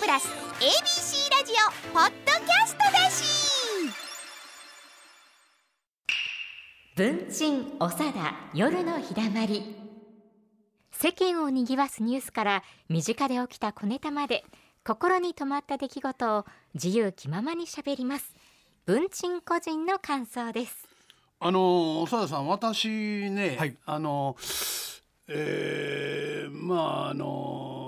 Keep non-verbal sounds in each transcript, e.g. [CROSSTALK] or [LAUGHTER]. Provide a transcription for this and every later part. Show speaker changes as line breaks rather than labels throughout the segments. プラス ABC ラジオポッドキャストだし
文鎮おさだ夜のひだまり世間をにぎわすニュースから身近で起きた小ネタまで心に留まった出来事を自由気ままにしゃべります文鎮個人の感想です
あの長田さん私ね、
はい
あのえーまああの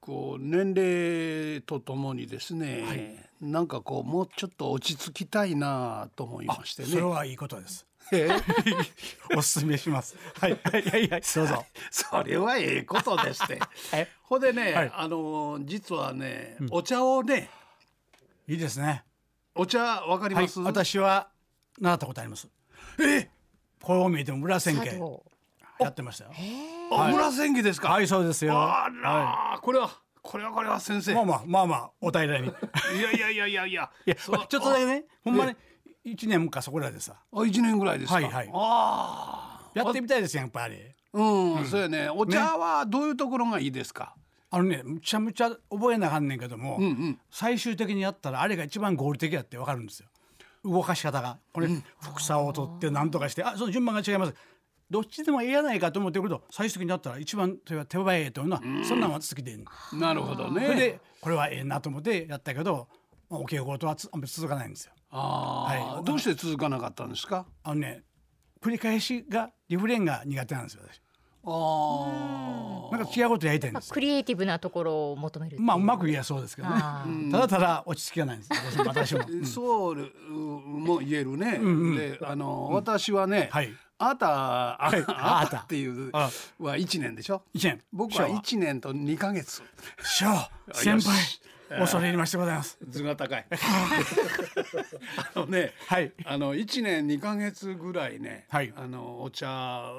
こう年齢とともにですね、なんかこうもうちょっと落ち着きたいなと思いましてね。
それはいいことです。
えー
おすすめします。はい、はい、はい、はい、どうぞ。
それはええことです
[LAUGHS]
って。ほんでね、
はい
あの実はね、お茶をね
いいですね。
お茶わかり
は
ま
い、
す、
私は習ったことあります。
え
これを見ても村千家やってましたよ。
あ
はい
村千家ですか、
はい、そうですよ。
あ
は
ら、これはこれはこれは先生
い。まあまあ、まあまあ、お平らに。 [LAUGHS] い
いやいやいやいやいや
や、ち
そう
ょっとだけね、ほんまに、一年かそこらでさ。
あ一年ぐらいですか。
はいはい
ああ。
やってみたいですよ、やっぱり。
うん、そうやね。お茶はどういうところがいいですか。
あのね、むちゃむちゃ覚えなあかんねんけども、
うんうん。
最終的にやったらあれが一番合理的やってわかるんですよ動かし方がこれ副作を取って何とかしてあその順番が違いますどっちでもええやないかと思ってくると最終的になったら一番手は手早いというのはそんなんは好きでん
なるほど
それ
ね。
でこれはええなと思ってやったけど、まあ、お稽古とはつあんまり続かないんですよ
ああ、
はい
どうして続かなかったんですか。
あのね繰り返しがリフレインが苦手なんですよ私
あ
なんか違うことやりたいんです
クリエイティブなところを求める
まあうまく
い
言えそうですけどね
あー
ただただ落ち着きがないんです私も私も、
あ。そうも言えるね。
うん
で、あの、私はね、
はい
あたあ、
はい
あ
あ
た
た
っていう
あ
は一年でしょ。
一年
僕は一年と二ヶ月。
師匠
よ
先
し
輩恐れ入りましてございます
図が
[LAUGHS]
高い。あのね、
はい
あの一年二ヶ月ぐらいね、
はい
あのお茶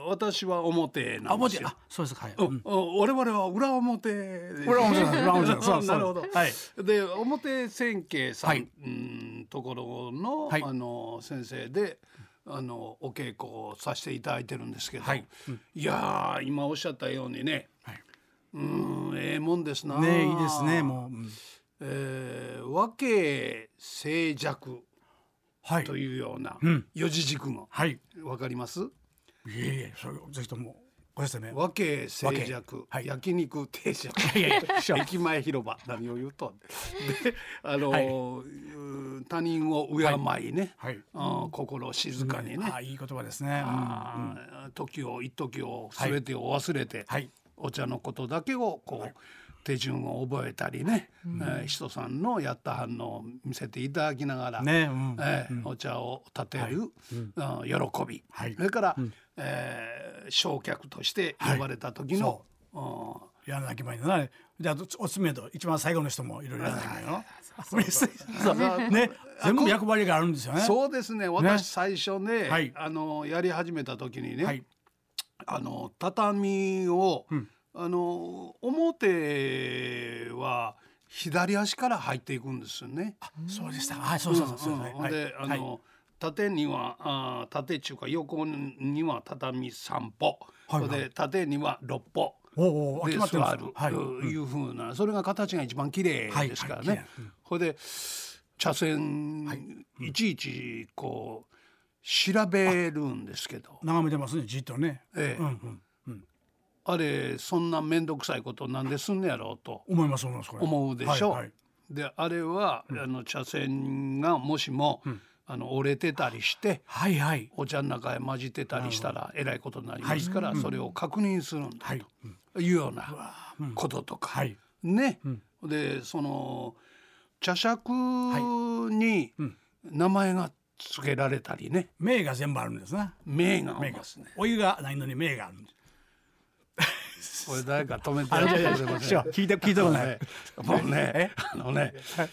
私は表
あ
なん
も
です
ち
よ
ろんあ。そうですかはい、
う
うん
ん、お我々は裏表です
裏
[LAUGHS]
表なんです裏表なんですそう
あ
そう
なるほど、
はい
で表千景さん、
はい
うんところの,、
はい
あの先生であのお稽古をさせていただいてるんですけど、
はい
いやー今おっしゃったようにね、
はい
うんええもんですな
ねいいですねもう、うん
えー、和気静寂
はい
というような
うん
四字熟語
はいい
わかります
えいえそれぜひともご説明
和気静寂、
はい
焼肉定食
[LAUGHS] いやいや師匠
駅前広場何を言うとであの、
はいう
ー他人を敬いね、
はい
うん心を静かにね、
あいい言葉ですね、うん
あー時を一時を全てを忘れて、
はい
お茶のことだけをこう、手順を覚えたりね、えー人さんのやった反応を見せていただきながら、
ねうん
えーお茶を立てる、うん喜び、
はい
それから、えー焼却として呼ばれた時の、うん
やらなきゃいけないんだなじゃあおつめと一番最後の人もいろいろやらなきゃいけないのメッセージそうね全部役割があるんですよね
そうですね私最初ね
はい
あのやり始めた時にね、
はい
あの畳を、
うん
あの表は左足から入っていくんですよね。
そうでしたはいそうそうそうそう、
うん
はい
ほんで、
はい
あの、縦にはあー縦っていうか横には畳3歩、
はいはい
それで縦には6歩。
おうおうあ
で
決まっ
座
てるんです
る、
はい
い、うふうなそれが形が一番綺麗ですからね。
はいはい綺麗うん
ほいで茶筅、い、ちいちこう調べるんですけど
眺めてますねじっとね、
ええ
うんうん
あれそんな面倒くさいことなんですんねやろうと
思います思いますこれ
思うでしょ。
はいはい
であれは、あの茶筅がもしも、あの折れてたりして
はいはい
お茶の中へ混じってたりしたらえらいことになりますから、それを確認するんだ
はい
というようなこととか、
はい
ね、でその茶尺に名前が付けられたりね
名が全部あるんですな
名があ
名
り
が
ますね。
お湯がないのに名があるんです
これ誰か止めて
あ
や
れ
って
じゃ
くれま
あじゃあじ
せ
ゃ
ん
あ [LAUGHS] 聞いた聞いたことない
ねもうね、あのね、昨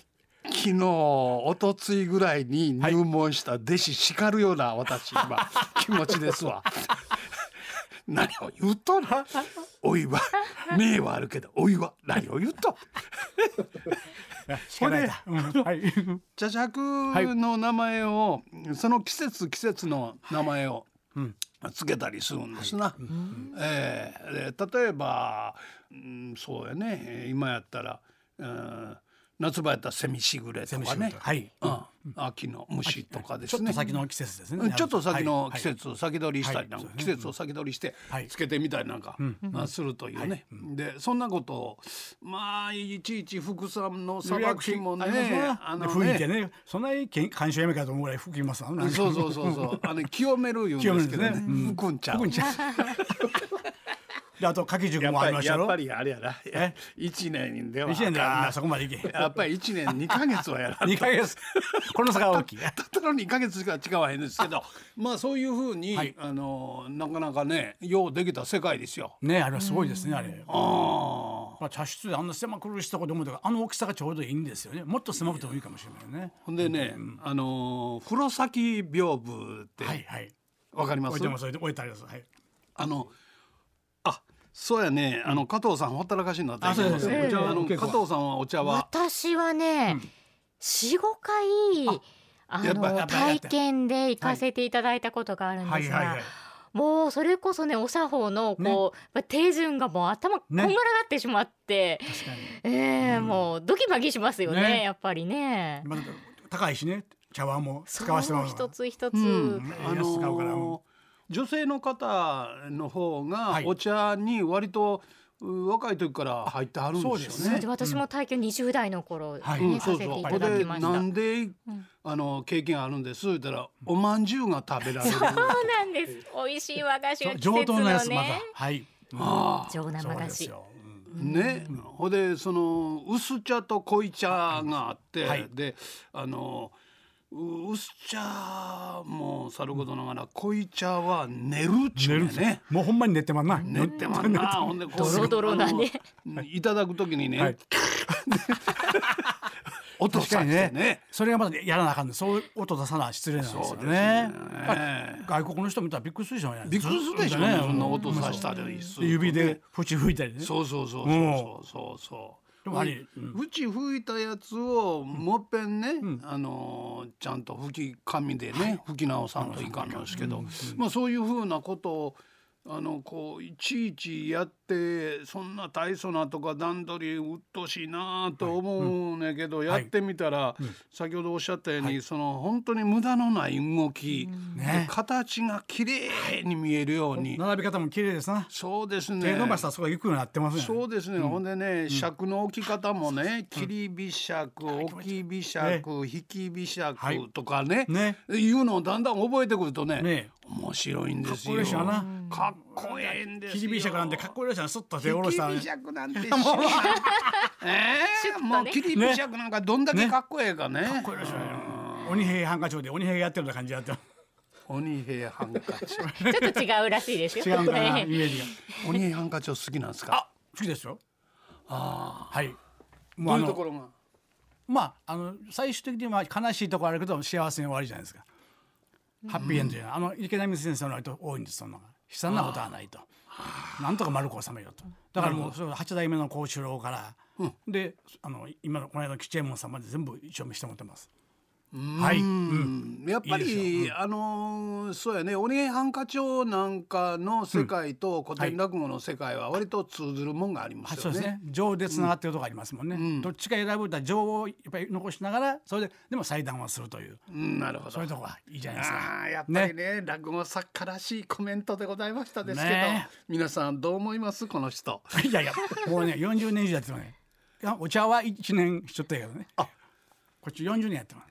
日、一昨日ぐらいに入門した弟子叱るような私、 [LAUGHS] 今、気持ちですわ。何を言うと [LAUGHS] な。おいは、名はあるけど、おいは何を言うと。
聞かないだうんはい
茶尺の名前を、その季節季節の名前をつけたりするんですな。ええで例えば、うん、そうやね今やったら、うん夏場やったらセミシグレと
セミ
か
シグレ
ね
とかはい
うん、秋の虫とかですね
ちょっと先の季節ですね、
うんちょっと先の
はい
季節を先取りしたりなんか、
はい
季節を先取りして
はい
つけてみたりなんか、まあ、するというね、でそんなことをまあいちいち福さんのさばきもね
ありますね
あ
で
の
吹いて
ね
ねそんなにけ鑑賞やめかと思うぐらい吹きますわなんか
そうそうそうそうあの清めるいうんですけどね
清めるんですねうん
吹くんちゃう
吹くんちゃであと掛け塾
やっ
もあ
ぱ
りま
り
した
や
ろ
っぱりあれやな
え
一年では
一年では
あ
みん
かん
なそこまでいけ
やっぱり一年二ヶ月はやらんと
二ヶ月この差が大きい
たったの2ヶ月しか違わへんですけどまあそういうふうに、
はい
あのなかなかねようできた世界ですよ。
ねあれはすごいですねあれ
ああ
まあ、茶室であんな狭く苦したこと思うとかあの大きさがちょうどいいんですよねもっと狭くてもいいかもしれないね
ほんでね、あの風呂先屏風って
はいはい
わかりま
置い
す、
てます置いて置いてありますはい
あのあそうやねあの加藤さんほったらかしになったり
あそうです
お茶はあの
ええ
加藤さんはお茶は
私はね、四五回あ
やっぱや
の
っぱ
体験で行かせていただいたことがあるん
は
で
い
す
はいは
が
い。
もうそれこそねお作法のこう、まあ手順がもう頭こんがらがってしまって、
確かに
ええもうドキマキしますよね
ね
やっぱりね。
まだ高いしね茶碗も使わせて
そ
も
う
らう
一つ一つ、
うん
ん
あの
安買うからうん
女性の方の方が
はい
お茶に割と、う若い時から入ってはるん
そう
で
です
よ
す
ね。
ね
で私も体験20代の頃、ね
はい
うん、
さ
そう
せて
そ。
いうた
こ
だき
れ
ました。
なんで、あの経験あるんです言ったらお饅頭が食べられる。
そうなんです。美味しい和菓子
そ
が
う
季
上
節
等なや
の
つまだ
ね。
はい
あ
上生
そう
菓
です
子。
ようん
あね、ほんでその薄茶と濃い茶があって、
はい
であのう薄茶もさることながら濃い茶は寝るっちゅ
寝
う
る
んや
んですよ
ね。
もうほんまに寝てまんな
寝てまんな、 [LAUGHS] ほんでこう
ドロドロなね
あのいただくときにね、
はい
音
確か
さ
に
して
ね
ね。
それがまだやらなあかんのそう音出さな失礼なんですよ
そうです
ね
ね
外国の人見たらびっくりするじゃない
びっくりするでしょ、ね、そんな音
うん
さしたりするとね
指で縁吹いたりね
そうそうそうそうそうそう。
でもあれうん
うち吹いたやつをもっぺんね、あのーちゃんと吹き紙でね、吹き直さんといかんのですけど、まあそういうふうなことをあのこういちいちやってそんな大層なとか段取りうっとうしいなと思うんやけど、やってみたら、先ほどおっしゃったように、その本当に無駄のない動き、
ね
形が綺麗に見えるように、
並び方も綺麗ですな
そうですね
手伸ばしたらそこが行くようになってますね
そうですね、ほんでね尺の置き方もね切り微尺置き微尺引き微
はい
尺とかね
ね
いうのをだんだん覚えてくるとね
ね
面白いんですよ。
かっこいいしな
かっこええんですよ。
キリビシャクなんてかっこいいらしいなすっと手を下ろしたら
切り微
ね
尺なんてし
[LAUGHS]
[LAUGHS] ええもう切り微尺なんかどんだけかっこええかね。かっこいいし
鬼平ハンカチで鬼平やってるような感じやってる
[LAUGHS] 鬼平ハンカ
[LAUGHS]
チ。
ちょっと違うらしいですよ。
違うんかなイ
[LAUGHS] ね
メージが
鬼平ハンカチを好きなんですか。
あ好きですよ
あ
はい
あ。ど
もう
うい
あ
うところ
の
が。
まああの最終的には悲しいところあるけど幸せに終わりじゃないですかハッピーエンドじゃないあの池波先生の割と多いんですそんなのが悲惨なことはないとなんとか丸く収めようとだからもうそれ八代目の幸四郎から、であの今のこの間の吉右衛門さんまで全部一応見してもらってますはい、
う
う、
んんやっぱり
いい
あのーそうやね「鬼平犯科帳」なんかの世界と古典落語の世界は割と通ずるもんがありま
はい
す
そ
よ
うです
ね。
ね情でつながってるとこありますもんね、
ん
どっちか選ぶとは情をやっぱり残しながらそれででも裁断をするという
うん、なるほど
そういうとこはいいじゃないですか
あーやっぱりね落語作家らしいコメントでございましたですけど、
ね
皆さんどう思いますこの人。
[LAUGHS] いやいや、もうね、40年以上やってますね。いやお茶は1年しちょったけどね。こっち40年やってます。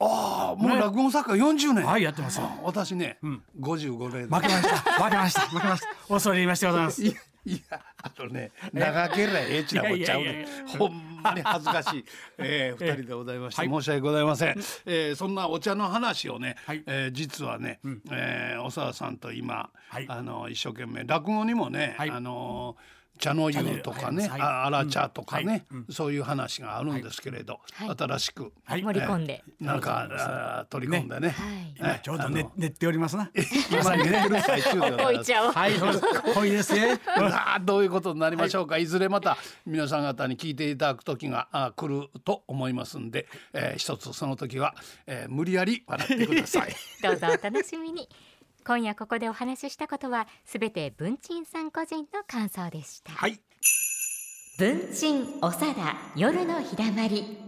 ああもう落語作家40年、
はい、やってますよ。
あ私ね、55年
負けました。負けました。負けました。 [LAUGHS] 恐れ入りましてございます。
いやいやあのね長けりゃええちなこっちゃう
いや
ね
いやいや
ほんまに恥ずかしい、
[LAUGHS]
えー、二人でございまして、
はい
申し訳ございません、えー、そんなお茶の話をね、
はい
えー実はね、えー、おさわさんと今、
はい
あの一生懸命落語にもね、
はい
あの茶の湯とかね、
茶の湯はい
ああら茶とかね、
はい
そういう話があるんですけれど、
はい
新しく、
はい
盛り込んで。
なんかあー取り込んでね
はい
は
[LAUGHS] 今
い
ちょうど
あ
ね
の
寝っておりますな。
まさに寝てる最中で
[LAUGHS]
ございます
おいちゃおう。
はい、 [LAUGHS] そうです。濃いですね。
さあ [LAUGHS] どういうことになりましょうか、い、ずれまた皆さん方に聞いていただく時があ来ると思いますんで、えー一つその時は、えー無理やり笑ってください。
どうぞお楽しみに。今夜ここでお話ししたことはすべて文鎮さん個人の感想でした。
はい
文鎮長田夜のひだまり